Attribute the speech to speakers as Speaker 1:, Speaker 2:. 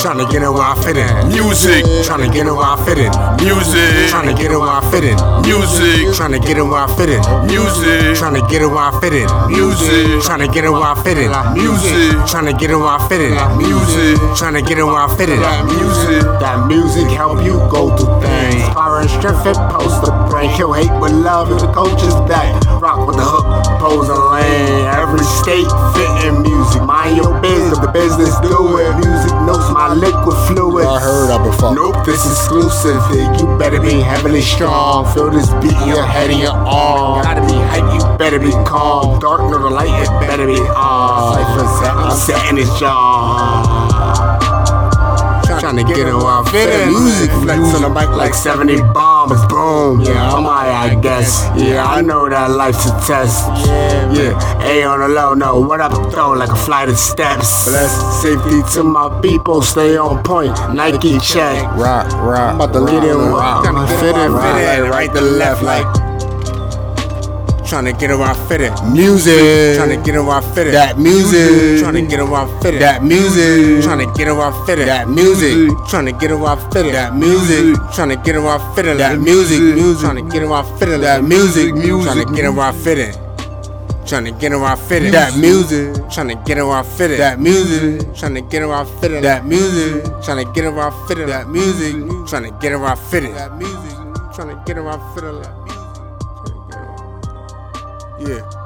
Speaker 1: Trying to get in where I fit in.
Speaker 2: Music.
Speaker 1: Trying to get in where I fit in.
Speaker 2: Music.
Speaker 1: Trying to get in where I fit in.
Speaker 2: Music.
Speaker 1: Trying to get in where I fit in.
Speaker 2: Music.
Speaker 1: Trying to get in where I fit in.
Speaker 2: Music.
Speaker 1: Trying to get in where I fit in.
Speaker 2: Music.
Speaker 1: Trying to get in where I fit in.
Speaker 2: Music.
Speaker 1: Trying to get in where I fit in.
Speaker 2: That music.
Speaker 1: That music help you go through things. Inspiring strength, it posts the brain. Kill hate with love, if the coach is back. Rock with the hook, pose and land. Every state fitting music. Mind your business, the business do it. Music knows my liquid fluid.
Speaker 3: I heard that before.
Speaker 1: Nope, this exclusive. You better be heavily strong. Feel this beat in your head and your arm. Gotta be hype, you better be calm. Dark nor the light, it better be
Speaker 3: Uh,
Speaker 1: uh, on. I'm setting it, y'all. Trying to get it while I fit in. Music flex on the bike like 70 bombs. Boom. Yeah, I'm high, I guess. Yeah, I know that life's a test. Yeah, A on the low, no. What up, though? Like a flight of steps. Safety to my people, stay on point. Nike check.
Speaker 3: Rock, rock.
Speaker 1: I'm about to lead in rock. Trying to fit in, fit in, right to left, like. Trying to get it where I fit in.
Speaker 3: Music.
Speaker 1: Trying to get it where I fit in.
Speaker 3: That music.
Speaker 1: Trying to get it where I fit in.
Speaker 3: That music.
Speaker 1: Trying to get it where I fit in.
Speaker 3: That music.
Speaker 1: Trying to get it where I fit in.
Speaker 3: That music.
Speaker 1: Trying to get it where I fit in.
Speaker 3: That music. Music.
Speaker 1: Trying to get it where I fit in.
Speaker 3: That music. Music.
Speaker 1: Trying to get it where I fit in. Trying to get it where I fit in.
Speaker 3: That music.
Speaker 1: Trying to get it where I fit in.
Speaker 3: That music.
Speaker 1: Trying to get it where I fit in.
Speaker 3: That music.
Speaker 1: Trying to get it where I fit in.
Speaker 3: That music.
Speaker 1: Trying to get it where I fit in.
Speaker 3: That music.
Speaker 1: Trying to get it where I fit in. Tryna get it where I fit in.
Speaker 3: Yeah.